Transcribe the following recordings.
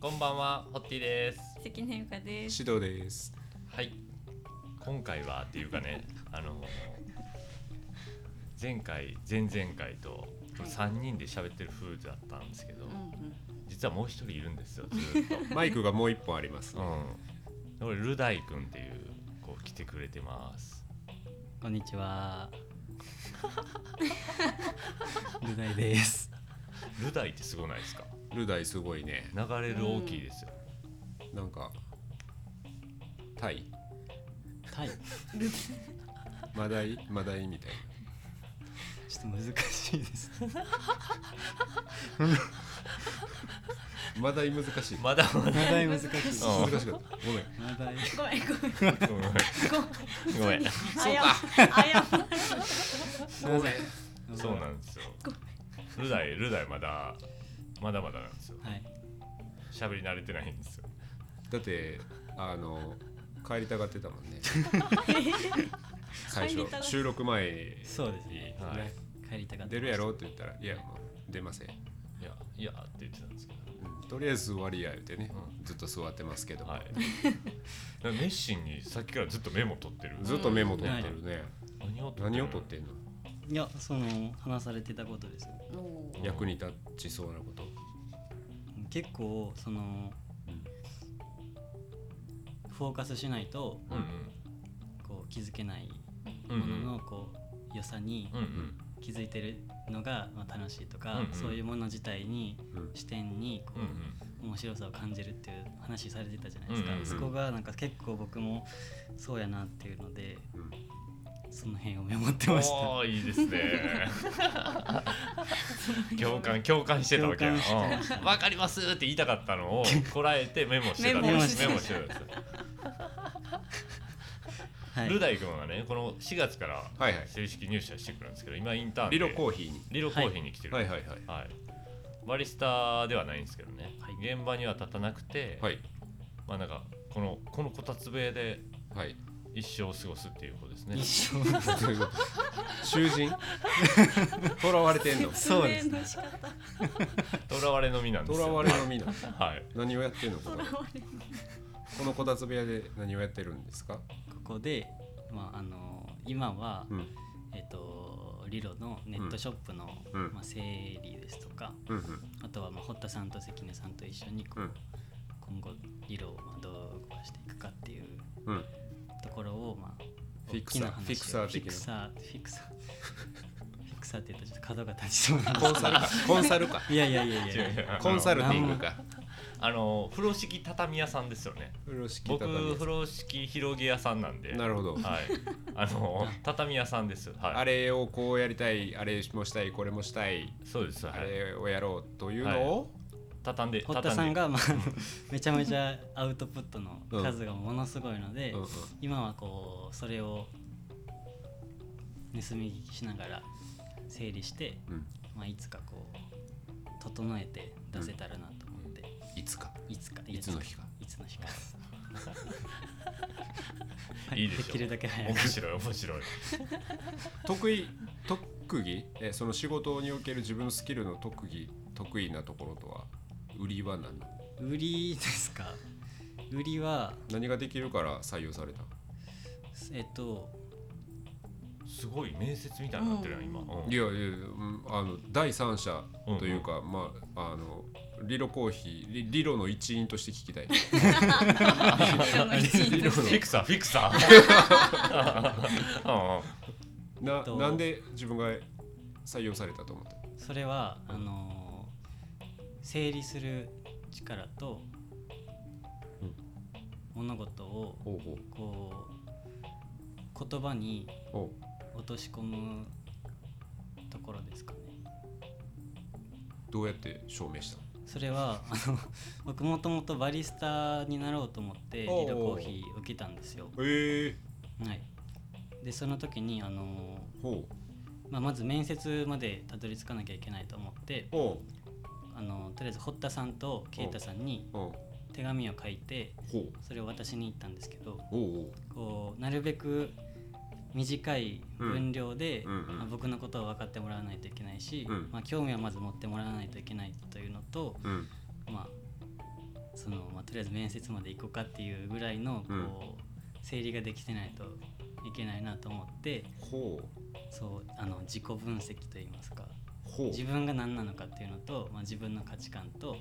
こんばんは、ホッティです。関根由香です。指導です。はい。今回はっていうかね、 あの前回、前々回とはい三人で喋ってる夫婦だったんですけど、うんうん。実はもう一人いるんですよ、ずっと。マイクがもう一本あり ます、うん。俺ルダイ君っていうこう来てくれてます。こんにちは。ルナイです。ルダイってすごないですか？ルダイすごいね。流れる大きいですよ。なんか、タイタイ、ちマダイマダイみたいょっと難しいです。な。マダイ難しい。まだまだ。マダイ難しい。うん難しかった。ごめん。マダイ。ごめんごめん。ごめんごめん。そうか。謝る。ごめそうなんですよ。ルダイルダイまだまだまだなんですよ。はい。喋り慣れてないんですよ。だって、あの、帰りたがってたもんね。最帰りたがっ初、収録前そうですにね。、はいね帰りたかった。出るやろって言ったら、いや、もう出ません。いや、いやって言ってたんですけど。うんとりあえず座りや言うてね、ずっと座ってますけど、はい。 なんか熱心にさっきからずっとメモ取ってる。ずっとメモ取ってるね。何を何を取ってんのいや、その話されてたことですよ。おー役に立ちそうなこと。結構そのフォーカスしないとうんこう気づけないうんうものんのこう良さにうんうん気づいてるのがまあ楽しいとかうんうんそういうもの自体にうん視点にこうんうんう面白さを感じるっていう話されてたじゃないですか、うんうんうんそこがなんか結構僕もそうやなっていうのでうんその辺をメモってうん。ましたおーいいですね。共感共感してたわけや。共感してましたうんわかりますって言いたかったのをこらえてメモしてたんメでモす。してメたモしてたんですよ。はいルダイ君はね、この4月からはいはい。正式入社してくるんですけど、今インターンでリロコーヒーに。リロコーヒーに来てる。はいはいはい。はい、バリスタではないんですけどね、はい現場には立たなくて、はいまあなんかこのこのこたつ部屋で はい。一生を過ごすっていうことですね。一緒囚人囚われて んのそうです説明の仕方。囚われの身なんですよ、囚われの身なの はい。何をやってんのとここらでわれる。このこたつ部屋で何をやってるんですかここで、まあ、あの今は、うんえっとリロのネットショップの、うんまあ、整理ですとかうんあとは、まあ、堀田さんと関根さんと一緒にこう、うん今後リロをまあどう動かしていくかっていううんうんところを、まあ、フィクサー大きな話をフィクサーフィ的なクサーフィクサーフィクサーって言うとちょっと角が立ちそうな コ ンサルかコンサルかいやいやいやい違うや違うコンサルティングかあの風呂敷畳屋さんですよね。風呂敷僕畳風呂敷広げ屋さんなんで、なるほどはい。あの畳屋さんです。はい。あれをこうやりたいあれもしたいこれもしたいそうです。はあい。れをやろうというのを畳んで堀田さ畳んんで。が、まあ、 めちゃめちゃアウトプットの数がものすごいので、うんうん今はこうそれを盗み聞きしながら整理して、うんまあ、いつかこう整えて出せたらなと思って、いつかいつかいつの日かいつの日かいいでしょうきるだけ早面く白い面白い。得意特技えその仕事における自分のスキルの特技得意なところとは売りは何売りですか売りは何ができるから採用されたえっとすごい面接みたいになってるよ今。うんいやいやうんあの第三者というか、まああのリロコーヒーリリロの一員として聞き たい色の一員とフしィてクサーフィクサーなどうなんで自分が採用されたと思ったそれはあのー整理する力と、うん物事をほうほこう言葉にうほ落とし込むところですかねうどうやって証明したそ れはあの僕もともとバリスタになろうと思ってリおうおうドコーヒー受けたんですよ、ええはい、でその時にあのー、ほまあ、まず面接までたどり着かなきゃいけないと思ってうほあのーとりあえず堀田さんと啓太さんにうほ手紙を書いてうほうそれを渡しに行ったんですけどほうほこうなるべく短い分量で、うんうんうんまあ僕のことを分かってもらわないといけないし、うんまあ、興味はまず持ってもらわないといけないというのと、ううんまあ、その、まあ、とりあえず面接まで行こうかっていうぐらいのこう、うん整理ができてないといけないなと思ってほうそうあの自己分析といいますかほう自分が何なのかっていうのと、まあ、自分の価値観と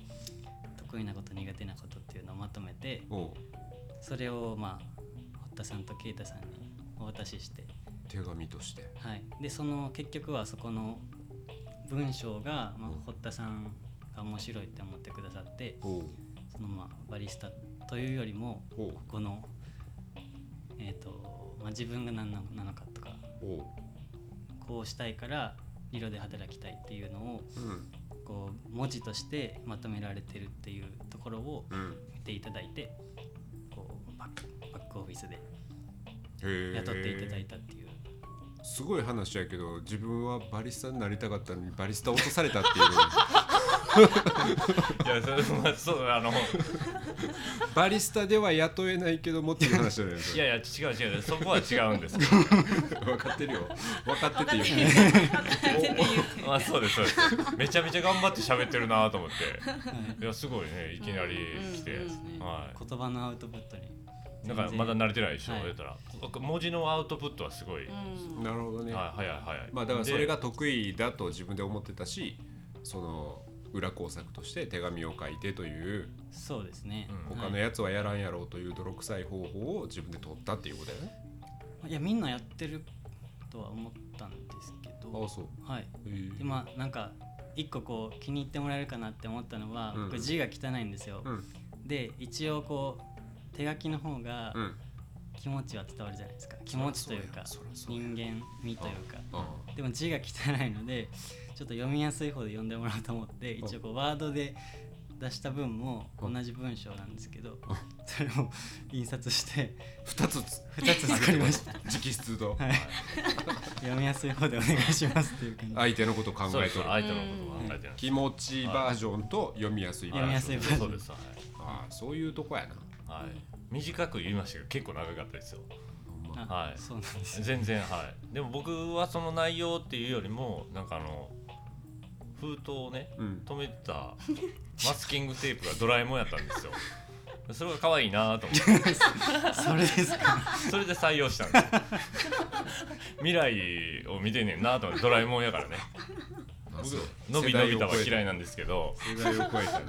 得意なこと苦手なことっていうのをまとめておうそれをまあ堀田さんと啓太さんにお渡しして、手紙としてはい、でその結局はそこの文章が、まあ、堀田さんが面白いって思ってくださってほうそのまあバリスタというよりもほこの、えーとまあ、自分が何なのなのかとかうほこうしたいから色で働きたいっていうのをううんこう文字としてまとめられてるっていうところをうん見ていただいてこうバックバックオフィスでへえ雇っていただいたっていう、すごい話やけど自分はバリスタになりたかったのにバリスタ落とされたっていういやそれまあそうあのバリスタでは雇えないけどもっていう話だよねそいれやいや違う違うそこは違うんですけど分かってるよ分かって分かてっよてる分かってるあそうですそうですめちゃめちゃ頑張って喋ってるなと思 っていやすごいねいきなり来て、うんうんうんはい言葉のアウトプットになんかまだ慣れてないでしょ、はい言うたら文字のアウトプットはすごい、うはいんなるほどね、早い早いまあだからそれが得意だと自分で思ってたしその裏工作として手紙を書いてというそうですね、うん他のはいやつはやらんやろうという泥臭い方法を自分で取ったっていうことだよね。いやみんなやってるとは思ったんですけどそう。はいへーでまあなんか一個こう気に入ってもらえるかなって思ったのは、うん僕字が汚いんですよ、うんで一応こう手書きの方がうん。気持ちは伝わるじゃないですか、気持ちというかそらそうや人間味というかあでも字が汚いのでちょっと読みやすい方で読んでもらおうと思って一応こうワードで出した分も同じ文章なんですけどそれを印刷してあ二つつ2つ作りました直筆とはい読みやすい方でお願いしますっていう感じ相手のことを考そうでえすとる。相手のことを考えてる気持ちいいバージョンと読みやすいバ読みーやジョすン。いバそージョンうですはああそういうとこやな。い、はい、短く言いましたけど結構長かったですよほんまあはいそうなんですよ全然はいでも僕はその内容っていうよりもなんかあの封筒をねうん。止めてたマスキングテープがドラえもんやったんですよそれが可愛いなと思ってそれですかそれで採用したんですよ未来を見てんねんなと思ってドラえもんやからねあ僕そうのびのびたは嫌いなな。んですけど世代を超えたね。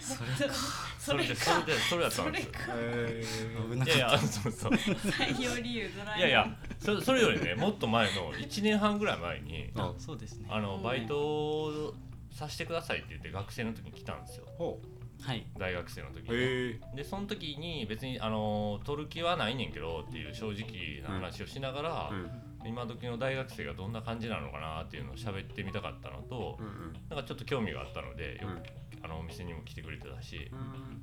それかそれでそれでそれやったんですよへ危ーないやいやそうそう採用理由ドラえもんいやいやそそれよりねもっと前の1年半ぐらい前にあそうですねあのうんバイトをさせてくださいって言って学生の時に来たんですよほはい大学生の時う。に、へえ。でその時に別にあの取る気はないねんけどっていう正直な話をしながら、うん今時の大学生がどんな感じなのかなっていうのを喋ってみたかったのと、うんなんかちょっと興味があったのでうよんく、あのお店にも来てくれてたし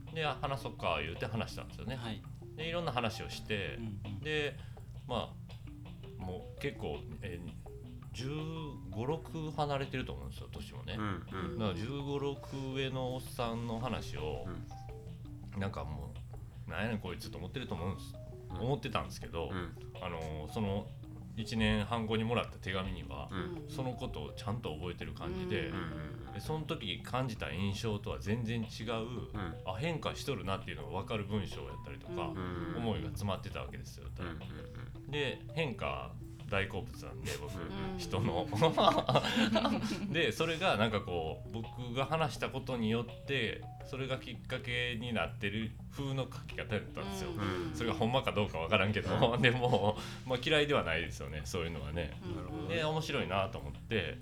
う、ん。であ話そっか言うて話したんですよね、はいでいろんな話をして、うんうんでまあもう結構、えー、1516離れてると思うんですよ年もね、うんうん。だから1516上のおっさんの話を、なんかもうなんやねんこいつと思ってると思うんです、うん思ってたんですけど、うんあのーその1年半後にもらった手紙には、うんそのことをちゃんと覚えてる感じで,、ううんんでその時感じた印象とは全然違う、うんあ変化しとるなっていうのが分かる文章やったりとか、うん思いが詰まってたわけですよ。うんうんで変化大好物なんで僕、うん人 のでそれがなんかこう僕が話したことによってそれがきっかけになってる風の書き方だったんですよ、うんそれがほんまかどうかわからんけど、 でも、まあ、嫌いではないですよねそういうのはね、なるほで面白いなと思って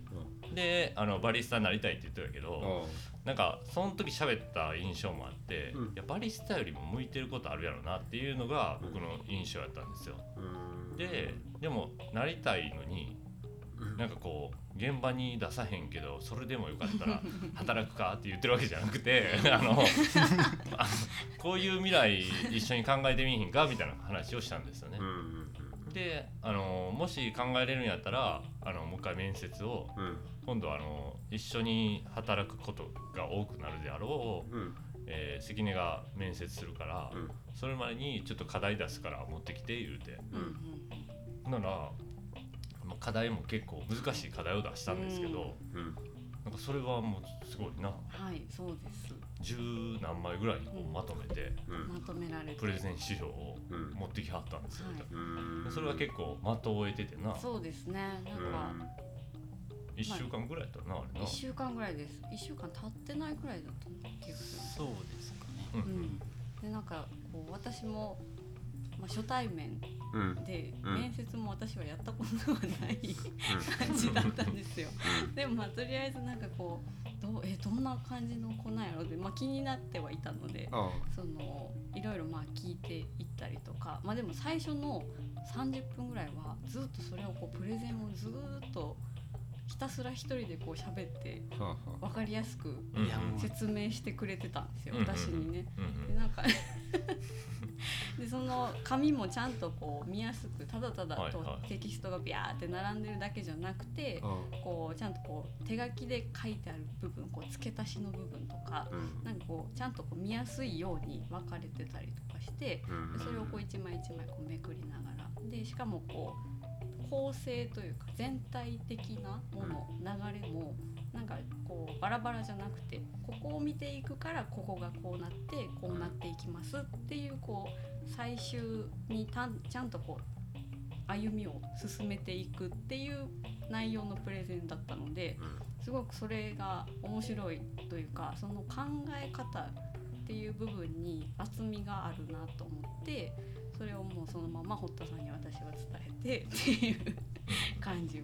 うんであのバリスタになりたいって言ってたけど、ああなんかその時喋った印象もあって、うんいやバリスタよりも向いてることあるやろなっていうのが僕の印象やったんですよ、ででもなりたいのになんかこう現場に出さへんけどそれでもよかった ら働くかって言ってるわけじゃなくてあのあのこういう未来一緒に考えてみいひんかみたいな話をしたんですよねう。んであのもし考えれるんやったらあのもう一回面接をうん今度はあの一緒に働くことが多くなるであろう、うんえー関根が面接するから、うんそれまでにちょっと課題出すから持ってきて言うて。うんうんならまあ課題も結構難しい課題を出したんですけど、うんなんかそれはもうすごいなはいそうです十何枚ぐらいこうまとめてうんまとめられてプレゼン資料をうん持ってきはったんですよ、はいうんでそれは結構まとえててなそうですねなんか1週間ぐらいやったなあれな1週間ぐらいです1週間経ってないぐらいだった気がすそうですかねうんる、うん、でなんかこう私も、まあ、初対面うんうんで、うん面接も私はやったことがない感じだったんですよでもまあとりあえずなんかこうどうえどんな感じの子なんやろで、まあ、気になってはいたのであそのいろいろまあ聞いていったりとか、まあ、でも最初の30分ぐらいはずっとそれをこうプレゼンをずっとひたすら一人でこう喋ってあはあは分かりやすくうんいやもう説明してくれてたんですようんうんうん私にね。うんでなんか でその紙もちゃんとこう見やすくただただはいとはいテキストがビャーって並んでるだけじゃなくてあこうちゃんとこう手書きで書いてある部分こう付け足しの部分とかうんなんかこうちゃんとこう見やすいように分かれてたりとかしてうんでそれをこう一枚一枚こうめくりながらでしかもこう構成というか全体的なもの、流れもなんかこうバラバラじゃなくてここを見ていくからここがこうなってこうなっていきますっていうこう最終にたんちゃんとこう歩みを進めていくっていう内容のプレゼンだったのですごくそれが面白いというかその考え方っていう部分に厚みがあるなと思ってそれをもうそのまま堀田さんに私は伝えてっていう感じを、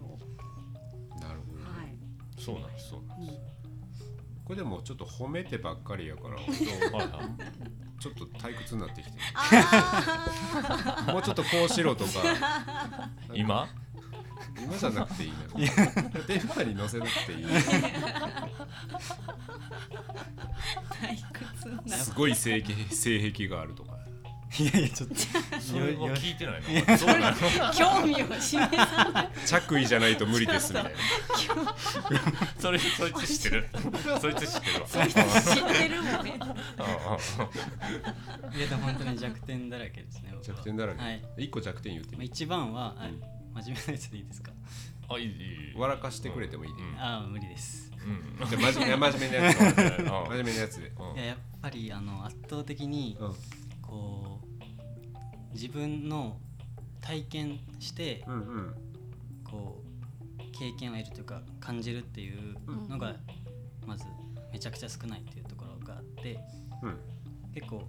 なるほどはねいそうなんですそうなんでこれでもちょっと褒めてばっかりやからすはいはいちょっと退屈になってきてあもうちょっとこうしろとか今今じゃなくていいのよ電波に乗せなくていいのよあ退屈なすごい性癖性癖があるとかいやいやちょっ とそれはよよ聞いてないなそうなの興味を示さない着衣じゃないと無理ですみたいなそれそいつ知っ てるそいつ知ってるわそいつ知ってるもんねいやでも本当に弱点だらけですね僕は弱点だらけ、はい一個弱点言ってまあみ一番は、あうん真面目なやつでいいですかあいいいい笑かしてくれてもいいで、うんああ無理ですうんじゃあ真面目真面目なやつうん真面目なやつでいややっぱりあの圧倒的にうんこう自分の体験してうんうんこう経験を得るというか感じるっていうのがまずめちゃくちゃ少ないっていうところがあってうん結構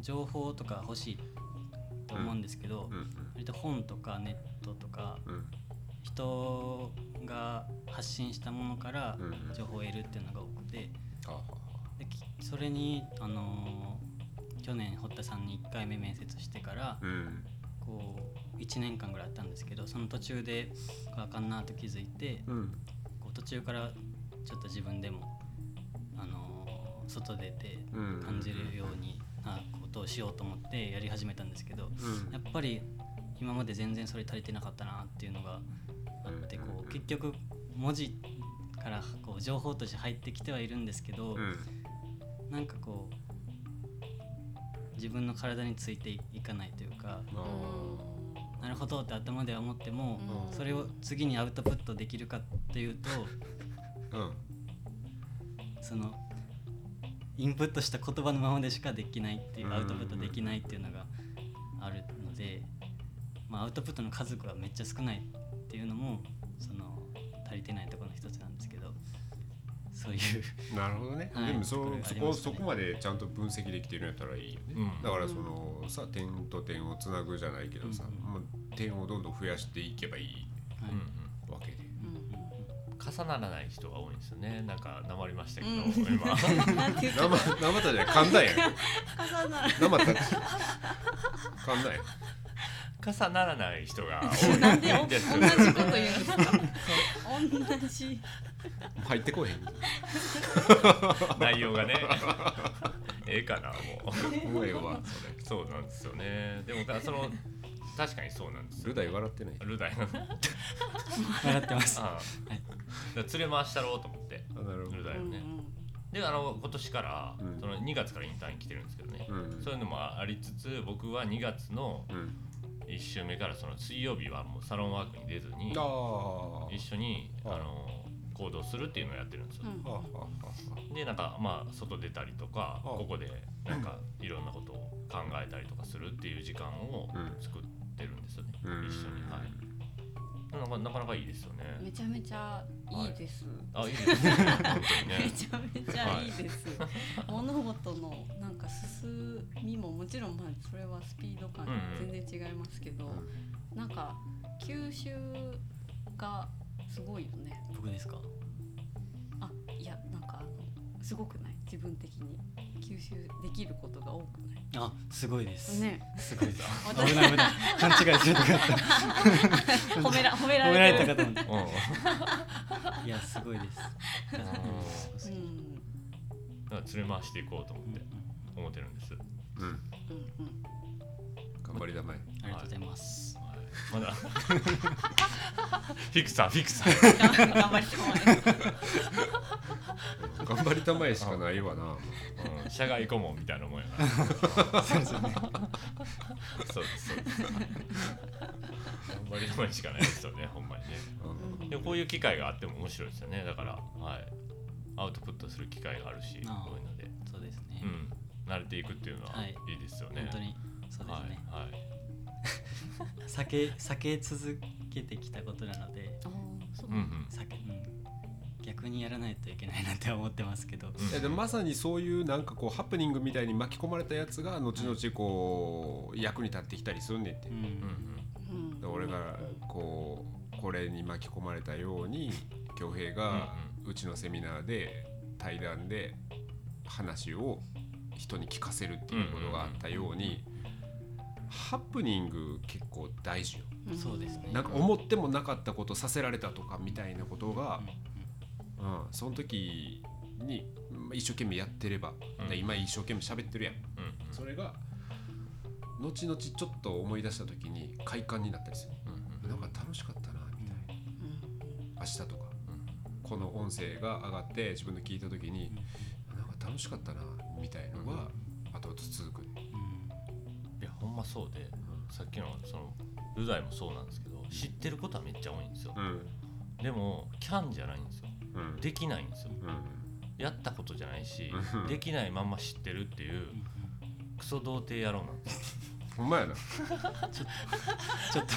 情報とか欲しいと思うんですけど、うん割と本とかネットとかうん人が発信したものからうんうん情報を得るっていうのが多くてあははできそれに、あのー去年堀田さんに1回目面接してからうんこう1年間ぐらいあったんですけどその途中であかんなと気づいてうんこう途中からちょっと自分でも、あのー外出てうん感じるようになことをしようと思ってやり始めたんですけどうんやっぱり今まで全然それ足りてなかったなっていうのがあってうんうんこうんう結局文字からこう情報として入ってきてはいるんですけどうんなんかこう自分の体についていかないというかあーなるほどって頭では思ってもうんそれを次にアウトプットできるかっていうとうんそのインプットした言葉のままでしかできないっていうんうアウトプットできないっていうのがあるので、まあ、アウトプットの家族がめっちゃ少ないっていうのもその足りてないところの一つなんですけどそういうなるほどね、はいでもそありそましたねこそこまでちゃんと分析できてるんやったらいいよね、うんだからそのさ点と点をつなぐじゃないけどさ、うんもう点をどんどん増やしていけばいいはいうんわ けで重ならない人が多いんですよねなんかなまりましたけどうん今うんなんて言 った生生たじゃない噛んだやん重なる生た噛んだやん重ならない人が なんで多いおんですよ同じこと言うんですか同じ入ってこへん内容がねええかなもう声はそれそうなんですよねでもだからその確かにそうなんですよルダイ笑ってないルダイの笑ってます。あはいあだから連れ回したろうと思ってあなるルダイうをんねであの今年から、うんその2月からインターンに来てるんですけどね、うんそういうのもありつつ僕は2月のうん1週目からその水曜日はもうサロンワークに出ずにああ一緒にあああの行動するっていうのをやってるんですよ、うんはあはあはあはでなんかまあ外出たりとかああここでなんかいろんなことを考えたりとかするっていう時間をうん作ってるんですよね、あうん一緒にはいなんかなかなかいいですよねめちゃめちゃいいです、あいい ですね本当にめねちゃめちゃいいです、物事のなんか進みももちろんまあそれはスピード感うんうん全然違いますけど、なんか吸収がすごいよね僕ですかあいやなんかあのすごくない自分的に吸収できることが多くないあすごいです、ねすごいです私危ない危ない勘違いしなかった 褒めら褒めら褒められれてたるかと思っうんたいやすごいですんそううんそうだから連れ回していこうと思うっんうてん思ってるんです、はううんんうん頑張りだまいありがとうございます、い、まだ フィクサーフィクサー頑張りそうです頑張りたまえしかないわなうん、社外顧問みたいなもんやなそうですそよねうですそうです頑張りの前しかないですよねほんまにねうんでもこういう機会があっても面白いですよねだから、はい、アウトプットする機会があるしああこういうので、そうですね、うん、慣れていくっていうのははいいいですよね、本当にそうですね、はいはい避け避け続けてきたことなのであーそううんうん避け、うん、逆にやらないといけないなって思ってますけど、うんいやでもまさにそういうなんかこうハプニングみたいに巻き込まれたやつが後々こう役に立ってきたりすんねんってうんうんうんうんで俺がこうこれに巻き込まれたように恭平がうちのセミナーで対談で話を人に聞かせるっていうことがあったようにハプニング結構大事よんそうですねなんか思ってもなかったことさせられたとかみたいなことが、うん、その時にまあ一生懸命やってれば、うんで今一生懸命喋ってるやんうんうんそれが後々ちょっと思い出した時に快感になったりする、うんなんか楽しかったなみたいなうん明日とかうんこの音声が上がって自分で聞いた時にうん、なんか楽しかったなみたいのが後々続く、いやほんまそうでさっきのその舞台もそうなんですけど知ってることはめっちゃ多いんですようんでもキャンじゃないんですようんできないんですようんやったことじゃないしうんできないまんま知ってるっていううんうんクソ童貞野郎なんですよほんまやなちょっと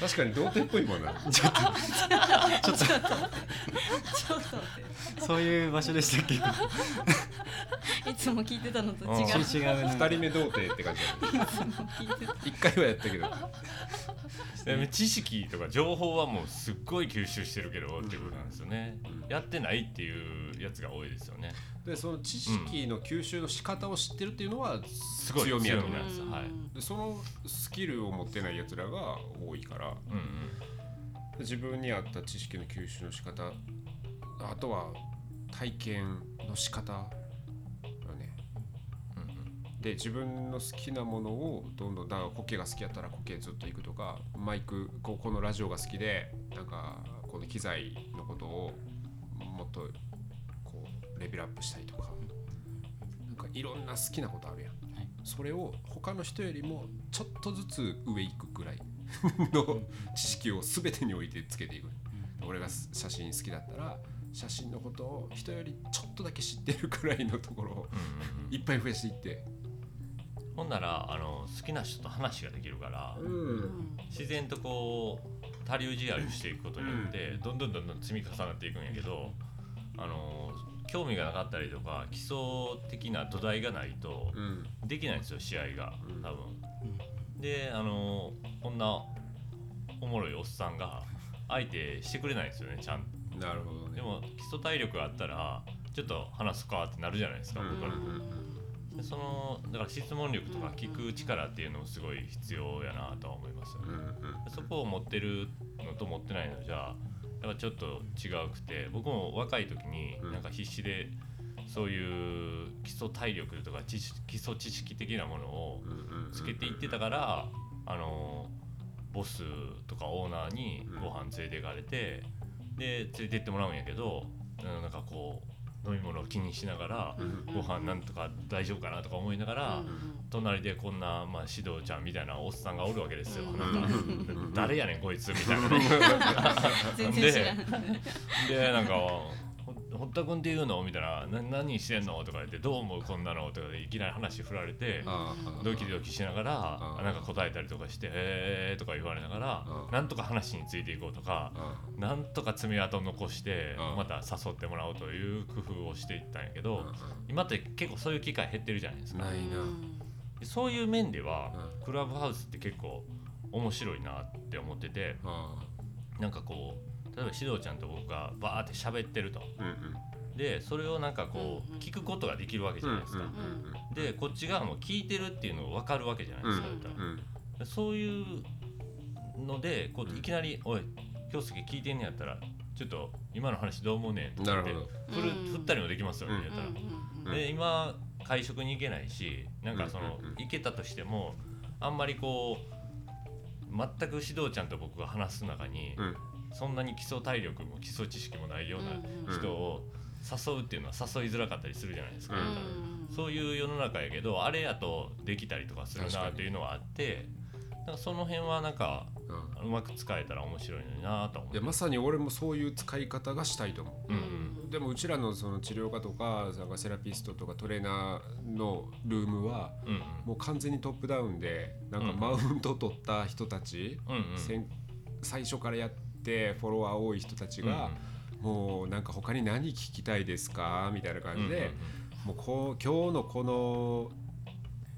確かに童貞っぽいもんなちょっとちょっと待っそういう場所でしたっけていつも聞いてたのと違ううんいつも違う二人目童貞って感じだね聞いてた一回はやったけどでも知識とか情報はもうすっごい吸収してるけどっていうことなんですよね、うんやってないっていうやつが多いですよねでその知識の吸収の仕方を知ってるっていうのはすごい強みやと思う強みなんですよはいうんでそのスキルを持ってないやつらが多いからうん自分に合った知識の吸収の仕方あとは体験の仕方だねうんうんで自分の好きなものをどんどんだからコケが好きやったらコケずっと行くとかマイクこうこのラジオが好きでなんかこの機材のことをもっとこうレベルアップしたりとかなんかいろんな好きなことあるやん、はいそれを他の人よりもちょっとずつ上行くぐらいの知識を全てにおいてつけていく俺が写真好きだったら写真のことを人よりちょっとだけ知ってるくらいのところうをんうんいっぱい増やしていって。うんほんならあの好きな人と話ができるからうん自然とこう多流試合をしていくことによって、どんどんどんどん積み重なっていくんやけどあの興味がなかったりとか基礎的な土台がないとうんできないんですよ試合がうん多分。であのこんなおもろいおっさんが相手してくれないんですよねちゃんとなるほどね。でも基礎体力があったらちょっと話すかってなるじゃないですか、うん僕らうんでそのだから質問力とか聞く力っていうのもすごい必要やなとは思いますよね、そこを持ってるのと持ってないのじゃやっぱちょっと違うくて僕も若い時にうんなんか必死でそういう基礎体力とか知識基礎知識的なものをつけていってたかから、あのボスとかオーナーにうんご飯連れて行かれて、で連れて行ってもらうんやけどうんなんかこう飲み物を気にしながらうんご飯なんとか大丈夫かなとか思いながらうんうん隣でこんなまあ指導ちゃんみたいなおっさんがおるわけですようんなんかうん誰やねんこいつみたいなね全然知らない。でなんかほ「堀田君っていうの?」みたいな「な何してんの?」とか言って「どう思うこんなの?」とかでいきなり話振られてああドキドキしながらあなんか答えたりとかして「へえ」とか言われながらあなんとか話についていこうとかあなんとか爪痕を残してあまた誘ってもらおうという工夫をしていったんやけあど今って結構そういう機会減ってるじゃないですかな。いなそういう面ではうクラブハウスって結構面白いなって思っててあなんかこう例えば獅童ちゃんと僕がバーって喋ってると。うんうんでそれをなんかこうんううん聞くことができるわけじうゃんないですか、うんでこっち側も聞いてるっていうのが分かるわけじゃないですか、うんだっうんうんたらそういうのでこううんいきなり「おい京介聞いてんねやったらちょっと今の話どう思うねん」となかっるほてど振るうん振ったりもできますよね、うんやっうたら。んうんで今会食に行けないしなんかそのうんうんうん行けたとしてもあんまりこう全く指導ちゃんと僕が話す中にうんそんなに基礎体力も基礎知識もないようなうん人を誘うっていうのは誘いづらかったりするじゃないですか、うんそういう世の中やけどあれやとできたりとかする確かなにっていうのはあってなんかその辺はなんかうんうまく使えたら面白いのになと思っいてやまさに俺もそういう使い方がしたいと思うんうでもうちらのその治療家とかなんかセラピストとかトレーナーのルームはうんもう完全にトップダウンでなんかうんマウント取った人たち、うんうんせん最初からやってフォロワー多い人たちが、もうなんか他に何聞きたいですかみたいなう感んうんじで、もうこう今日のこの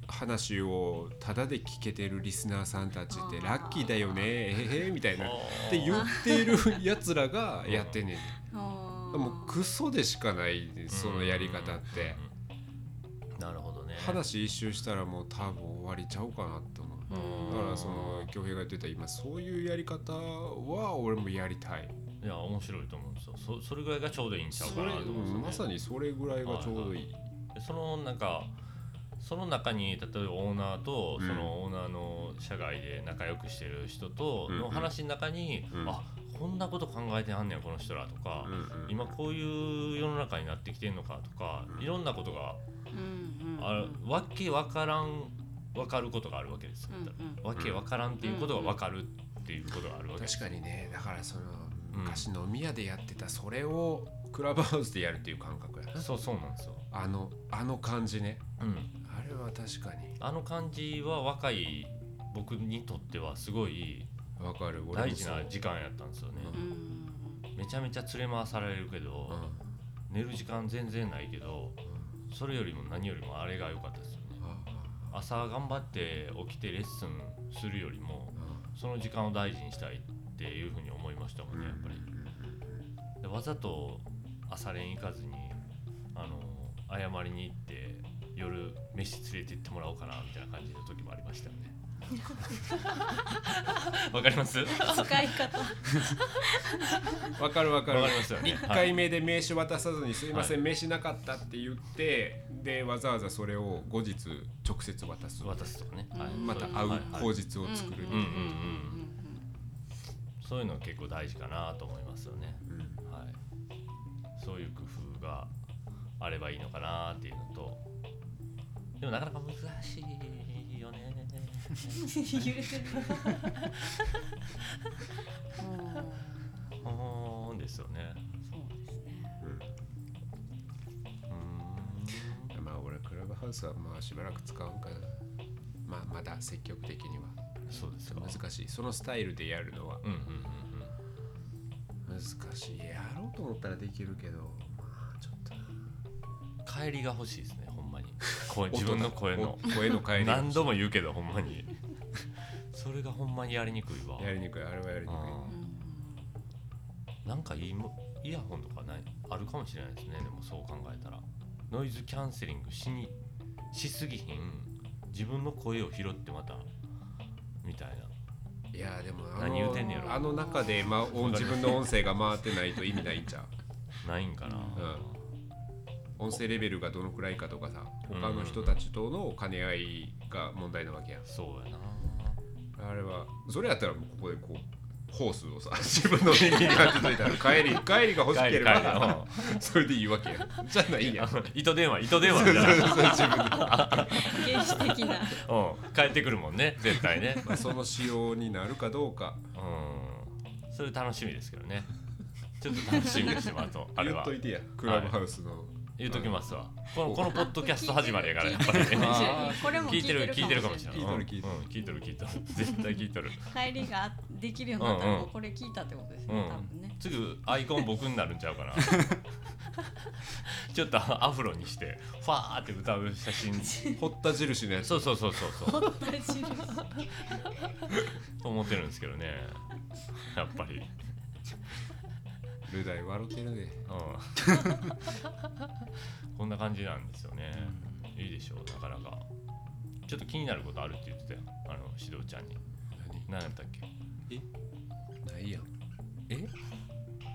話をただで聞けてるリスナーさんたちってあーラッキーだよねえへへみたいなっって言っているやつらがやってんねあんーもうクソでしかないそのやり方ってなるほどね話一周したらもう多分終わりちゃうかなって思ううんだからその恭平が言ってた今そういうやり方は俺もやりたいいや面白いと思うんですよそそれぐらいがちょうどいいんちゃうそかれなと思うんですよ、ね、まさにそれぐらいがちょうどいいでそのなんかその中に例えばオーナーとうんそのオーナーの社外で仲良くしてる人とうんうのん話の中に、うんあこんなこと考えてはんねやこの人らとか、うんうん今こういう世の中になってきてんのかとか、うんいろんなことがうんうんあるわけわからんわかることがあるわけですよ、うんわけわからんっていうことがわかるっていうことがあるわけです確かにねだからそのうん昔飲み屋でやってたそれをクラブハウスでやるっていう感覚やなそうそうなんですよ、あのあの感じねうん、あれは確かにあの感じは若い僕にとってはすごいわかる俺もそう大事な時間やったんですよね、うんうんめちゃめちゃ連れ回されるけど、うん寝る時間全然ないけどそれよりも何よりもあれが良かったですよねあ朝頑張って起きてレッスンするよりもその時間を大事にしたいっていうふうに思いましたもんねやっぱりでわざと朝練行かずにあの謝りに行って夜飯連れて行ってもらおうかなみたいな感じの時もありましたよねわかりますわか使い方あわかるわかりるますよね1はい回目で名刺渡さずに「すいません名刺なかった」って言ってでわざわざそれを後日直接渡す渡すとかね、はいうんまた会うはいはい口実を作るうんうんそういうの結構大事かなと思いますよね、うんはい、そういう工夫があればいいのかなっていうのとでもなかなか難しいよね揺れてる。うんうんほーんですよねそうですねうーんまあ俺クラブハウスはまあしばらく使うんかなまあまだ積極的にはそうですか難しいそのスタイルでやるのはうんうんうん難しいやろうと思ったらできるけどまあちょっとうん帰りが欲しいですねほんまに 声自分の声のお声の帰り 何度も言うけどほんまにそれがほんまにやりにくいわやりにくいあれはやりにくいうんなんかいいもイヤホンとかないあるかもしれないですねでもそう考えたらノイズキャンセリングしにしすぎひん自分の声を拾ってまたみたいいやでもあの何言うてんねやろあの中で、まあ、音自分の音声が回ってないと意味ないんちゃ うなないんかな、音声レベルがどのくらいかとかさうん他の人たちとの兼ね合いが問題なわけやんそうやなあれはそれやったらもうここでこうホースをさ 自分の耳に当てといたら帰り帰りが欲しけ帰れり帰りばそれでいいわけやじゃないやんあの 糸電話糸電話みたい な、原始的なうん、帰ってくるもんね絶対ねまあその仕様になるかどうかうんそれ楽しみですけどねちょっと楽しみですよあとあれ言っはといてやクラブハウスの、言うときますわこのこのポッドキャスト始まりやからやっぱり聞いてるねか聞いてるもしれないこれもあ聞いてるかもしれないいうん聞いてるうん聞いてる聞いてる 絶対聞いてる帰りができるようになったらうんうんもうこれ聞いたってことですうねん多分ねすぐアイコン僕になるんちゃうかなちょっとアフロにしてファーって歌う写真ほった印のやつそうそうそうそうそう大事ですと思ってるんですけどねやっぱりルダイ笑ってるでうんこんな感じなんですよねいいでしょうなかなかちょっと気になることあるって言ってたよあの指導ちゃんに何やったっけないやんえ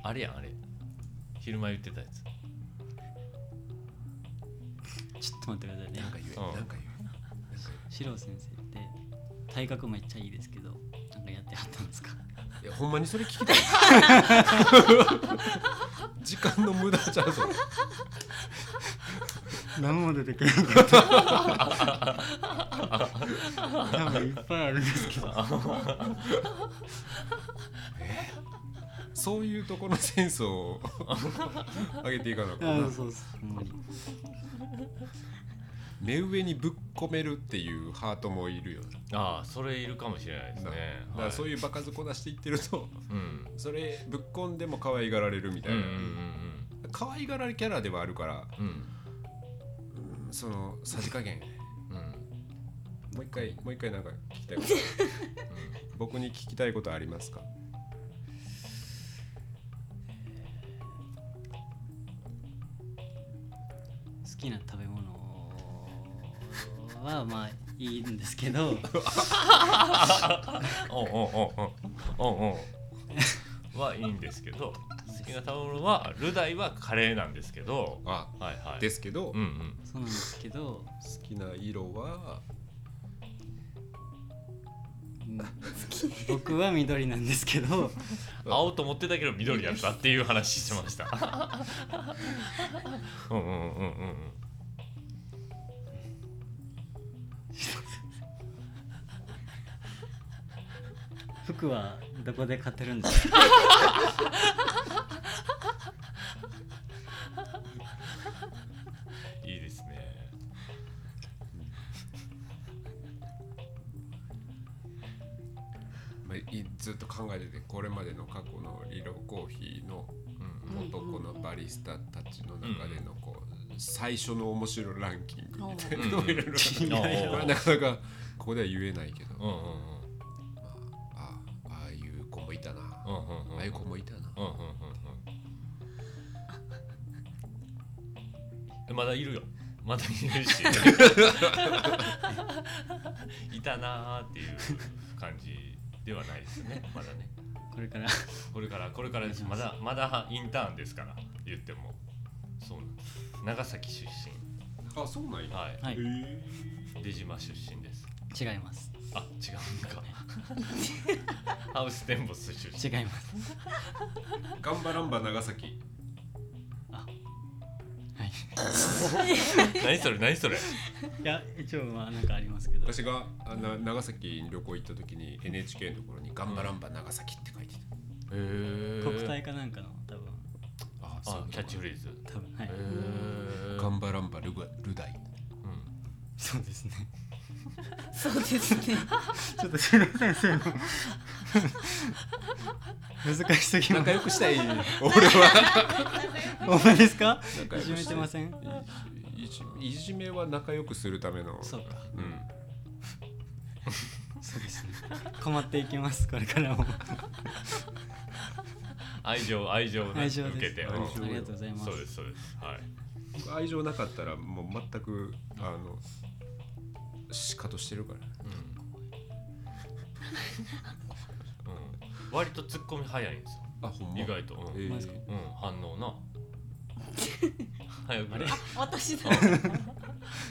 あれやんあれ昼間言ってたやつちょっと待ってくださいねなんか言え、うんなんか言四郎先生って体格めっちゃいいですけどなんかやってはったんですかえいやほんまにそれ聞きたい時間の無駄ちゃうぞ何も出てくるなかった多分いっぱいあるんですけどそういうとこのセンスを上げていかなあかんあなそうですほんまに目上にぶっ込めるっていうハートもいるよなああそれいるかもしれないですねだからそうう、いう場数こなしていってるとうん、それぶっ込んでも可愛がられるみたうんいうんな、可愛がられキャラではあるからうんうんそのさじ加減うんうんもう一回もう一回なんか聞きたいこと僕に聞きたいことありますか好きな食べ物はまあいいんですけどおうおうおうおうおうおうはいいんですけど好きな食べ物はルダイはカレーなんですけどあはいはいですけど、うんうんそうなんですけ好ど、きな色はうん僕は緑なんですけど青と思ってたけど緑やったっていう話しま したうんうんうんうんうん服はどこで買ってるんですかいいですねまあいずっと考えててこれまでの過去のリロコーヒーのうん元このバリスタたちの中でのこう最初の面白いランキングみたいなのをいろいうろんこれなかなかここでは言えないけど、うんうんあああいう子もいたな、うんうんうんうんああいう子もいたな、うんうんうんうんえまだいるよまだいるしいたなーっていう感じではないですよねまだねこれからこれからこれからですまだまだインターンですから言ってもそうなんです長崎出あそうなん身や、はい、はい出島出身です違いますあ違うん かハウステンボス出身違います頑張らんば長崎はい何それ何それいや一応まあなんかありますけど私があな長崎に旅行行った時に NHK のところに「頑張らんば長崎」って書いてた、国体かなんかの多分ああキャッチフレーズ多分はへいー頑張らんばルガルダ イうんそうですねそうですねちょっと白先生の難しすぎます仲良くしたい 俺はお前ですか仲い良くじめてませんいじいじめは仲良くするためのそうかうんそうですね困っていきますこれからも愛情愛情をね愛情受ですけて愛うん情ありがとうございますそうですそうですはい僕愛情なかったらもう全くあの仕方してるからうんうん割とツッコミ早いんですよあほん意外とうんえほんまですかーうん反応な早くない私だ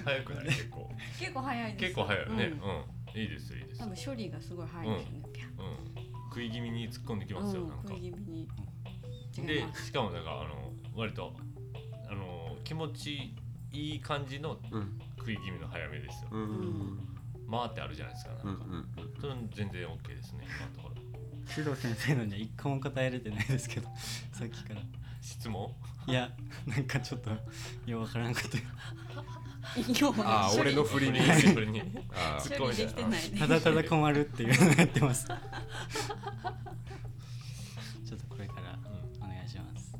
早くない 結構結構早いです結構早いよねうんうんいいですいいです多分処理がすごい早いですよね、ピャッうん食い気味に突っ込んできうますよ、んなんか食い気味に違いでますしかもなんかあの割とあの気持ちいい感じのうん食い気味の早めですよ、うん回ってあるじゃないですかなんうか、んうんそれも全然 OK ですね今のところ工藤先生のには一個も答えれてないですけどさっきから質問いやなんかちょっとようわからんこと言う要はあ処ー理俺の振りにシンプルにあー処理できてないねただただ困るっていうのをやってますちょっとこれからうお願いします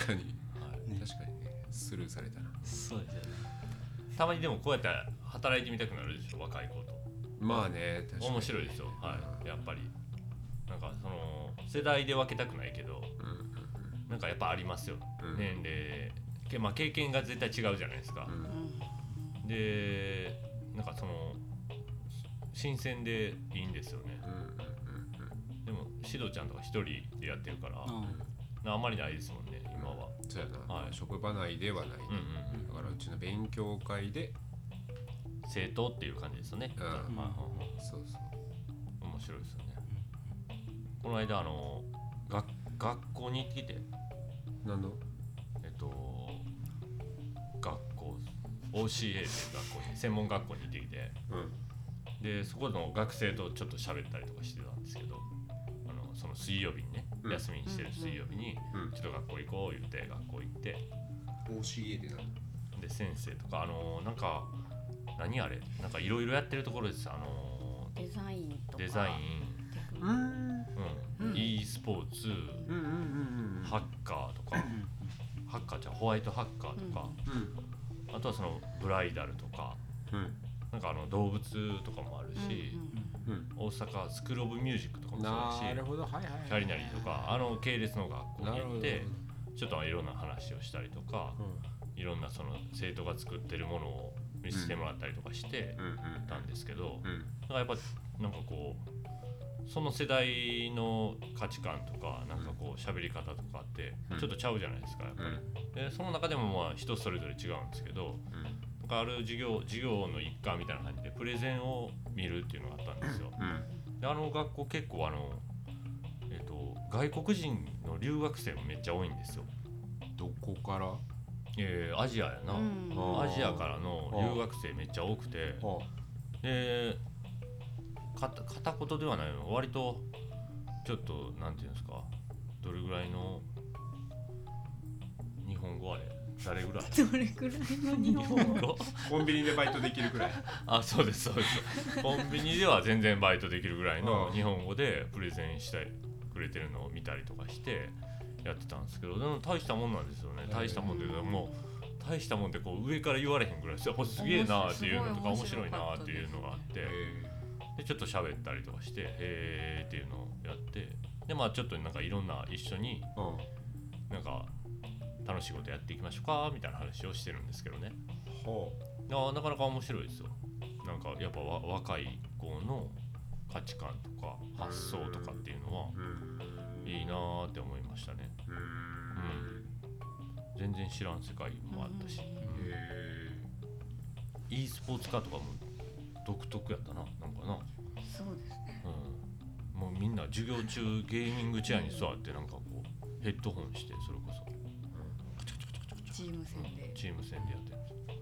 確かにんはいね確かにねスルーされたなそうですよねたまにでもこうやって働いてみたくなるでしょ若い子とまあね確かに面白いですよはいやっぱりなんかその世代で分けたくないけどうんうんなんかやっぱありますよ、うん年齢け、まあ、経験が絶対違うじゃないですかう、んでなんかその新鮮でいいんですよねうんうんうんでもシドちゃんとか一人でやってるから、うんあんまりないですもんね今は、そうやな、はい職場内ではない、うんうんだからうちの勉強会で、正当っていう感じですよね、うんんはいそうそう面白いですよね、この間あのが学校に行ってきて何のえっと学校 OCA っていう学校に専門学校に行ってきてうんでそこの学生とちょっと喋ったりとかしてたんですけどあのその水曜日にねうん休みにしてる水曜日にうんちょっと学校行こう言って学校行って OCA でなで先生とかあのなんか何あれなんかいろいろやってるところですあのデザインとかデザイテクうノんン、うんうん e スポーツうんうんうんうんハッカーとかハッカーじゃんホワイトハッカーとかうんあとはそのブライダルとかうんなんかあの動物とかもあるし、うん大阪スクール・オブ・ミュージックとかもそうだなしるほどはいはいキャリナリとかあの系列の学校なにるほ行どってちょっといろんな話をしたりとかいろんなその生徒が作ってるものを見せてもらったりとかしてうんうんたんですけどうんうんなんかやっぱなんかこうその世代の価値観とかなんかこう喋り方とかってうんちょっとちゃうじゃないですかやっぱうんりでその中でもまあ人それぞれ違うんですけどうんなんかある授業授業の一環みたいな感じでプレゼンを見るっていうのがあったんですよ。うんであの学校結構あの、えっと外国人の留学生もめっちゃ多いんですよ。どこからはえーアジアやな、うんあアジアからの留学生めっちゃ多くてでかた片言ではないの割とちょっとなんていうんですかどれぐらいの日本語あれ誰ぐらいどれくらいの日日本本語語 コンビニでバイトできるくらいあそうですそうですコンビニでは全然バイトできるぐらいうんの日本語でプレゼンしてくれてるのを見たりとかしてやってたんですけどでも大したもんなんですよねうん大したもんでもう大したもんでこう上から言われへんぐらいですよすげえなっていうのとか面面白白いいなっていうのがあってでちょっと喋ったりとかしてへえっていうのをやってでまあちょっとなんかいろんな一緒にうんなんか楽しいことやっていきましょうかみたいな話をしてるんですけどね。ほななかなか面白いですよなんかやっぱわ若い子の価値観とか発想とかっていうのはううんいいなーって思いましたねうん全然知らん世界もあったし、うんへ e スポーツ化とかも独特やったななんかな、そうですねうん、もうみんな授業中ゲーミングチェアに座ってなんかこうヘッドホンしてそれこそチーム戦でチーム戦でやってるんで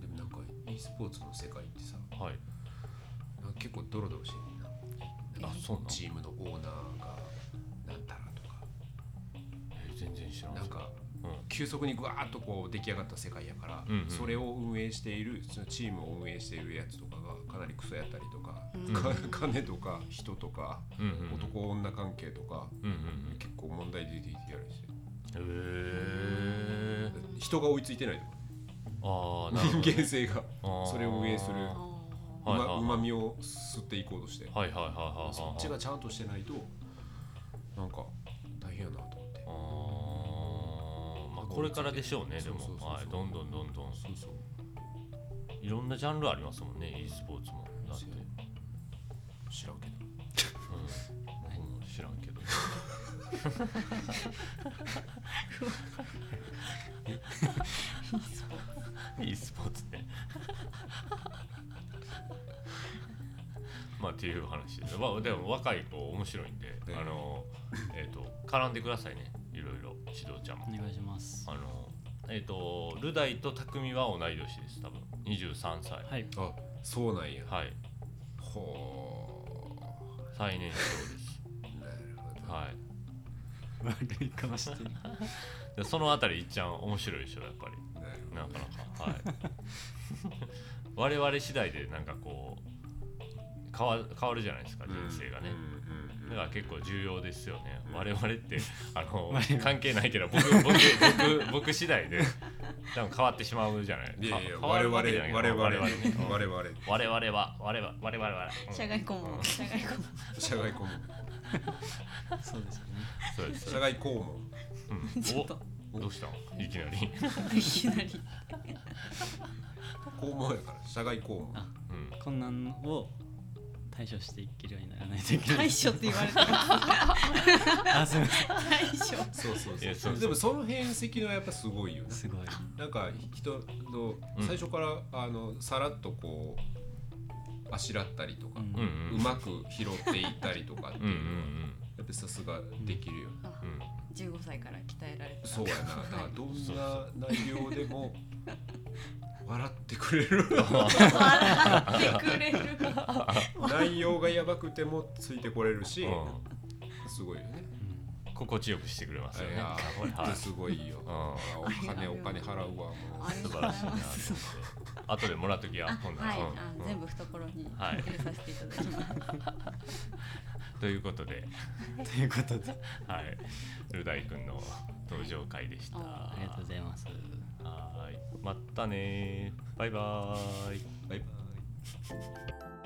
えでもなんか e スポーツの世界ってさすはいなんか結構ドロドロしてるなあそうなの、チームのオーナーがなんたらとかえー全然知らんなんかうん急速にぐわーっとこう出来上がった世界やから、うんうんそれを運営しているそのチームを運営しているやつとかがかなりクソやったりとか、うんか 金とか人とか、うんうんうん男女関係とか、うんうん結構問題出てきてやるし、うんへえ人が追いついてないとかああなるほど人間性があーそれを運営するはあいあはいうまはみを吸っていこうとして、いはいはいはいはいそっちがちゃんとしてないとなんか大変やなと思ってあーまあこれからでしょうねでそうそうそうもそうはいどんどんどんどんそうそういろんなジャンルありますもんね e スポーツもだって、、そううん知らんけど僕も知らん けど e スポーツねまあっていう話です、まあ、でも若い子面白いんで、えあのえっ、と絡んでくださいねいろいろ指導ちゃんもお願いしますあのえっ、とルダイと匠は同い年です多分23歳はいあそうなんやはいほ最年少ですうなるほどはい悪い顔してるでそのあたりいっちゃん面白いでしょやっぱりなるなほかなかはい 我々次第でなんかこう変わ変わるじゃないですかど人生がね、うんうんだから結構重要ですよねうん我々 ってあの我々関係ないけど僕僕僕僕次第で多分変わってしまうじゃないいやいやか変わ我る々わけじゃないけど我々我々我々ねうん 我々我々は我々我々はうん社外顧問社外顧問社外顧問そうですよねそうです社外顧問うんちょっとおどうしたのいきなりいきなり顧問やから社外顧問あうん困難を対処していけるようにならないといけない大将って言われたらあすみませ 大将そうそういやそそううでもその変積のやっぱすごいよねんすごいなんか人のうん最初から、あのさらっとこうあしらったりとか、うんううんうんまく拾っていったりとかっていううんうんうのんはやっぱさすができるよね、あうん15歳から鍛えられたそうや なだからはいどそうんなそ内容でも笑ってく れる 笑ってくれる内容がやばくてもついてこれるし、うんすごいよね心地よくしてくれますよいねやー はいほんとすごいよ、うんお金お金払うわもあり素晴がとうござらいしいなとま思っすて 後でもらっときやあ今度はいあうん全部懐にはい入れさせていただきますということでということではいルダイくんの登場会でしたあありがとうございますはいまったねーバイバーイうバイバイ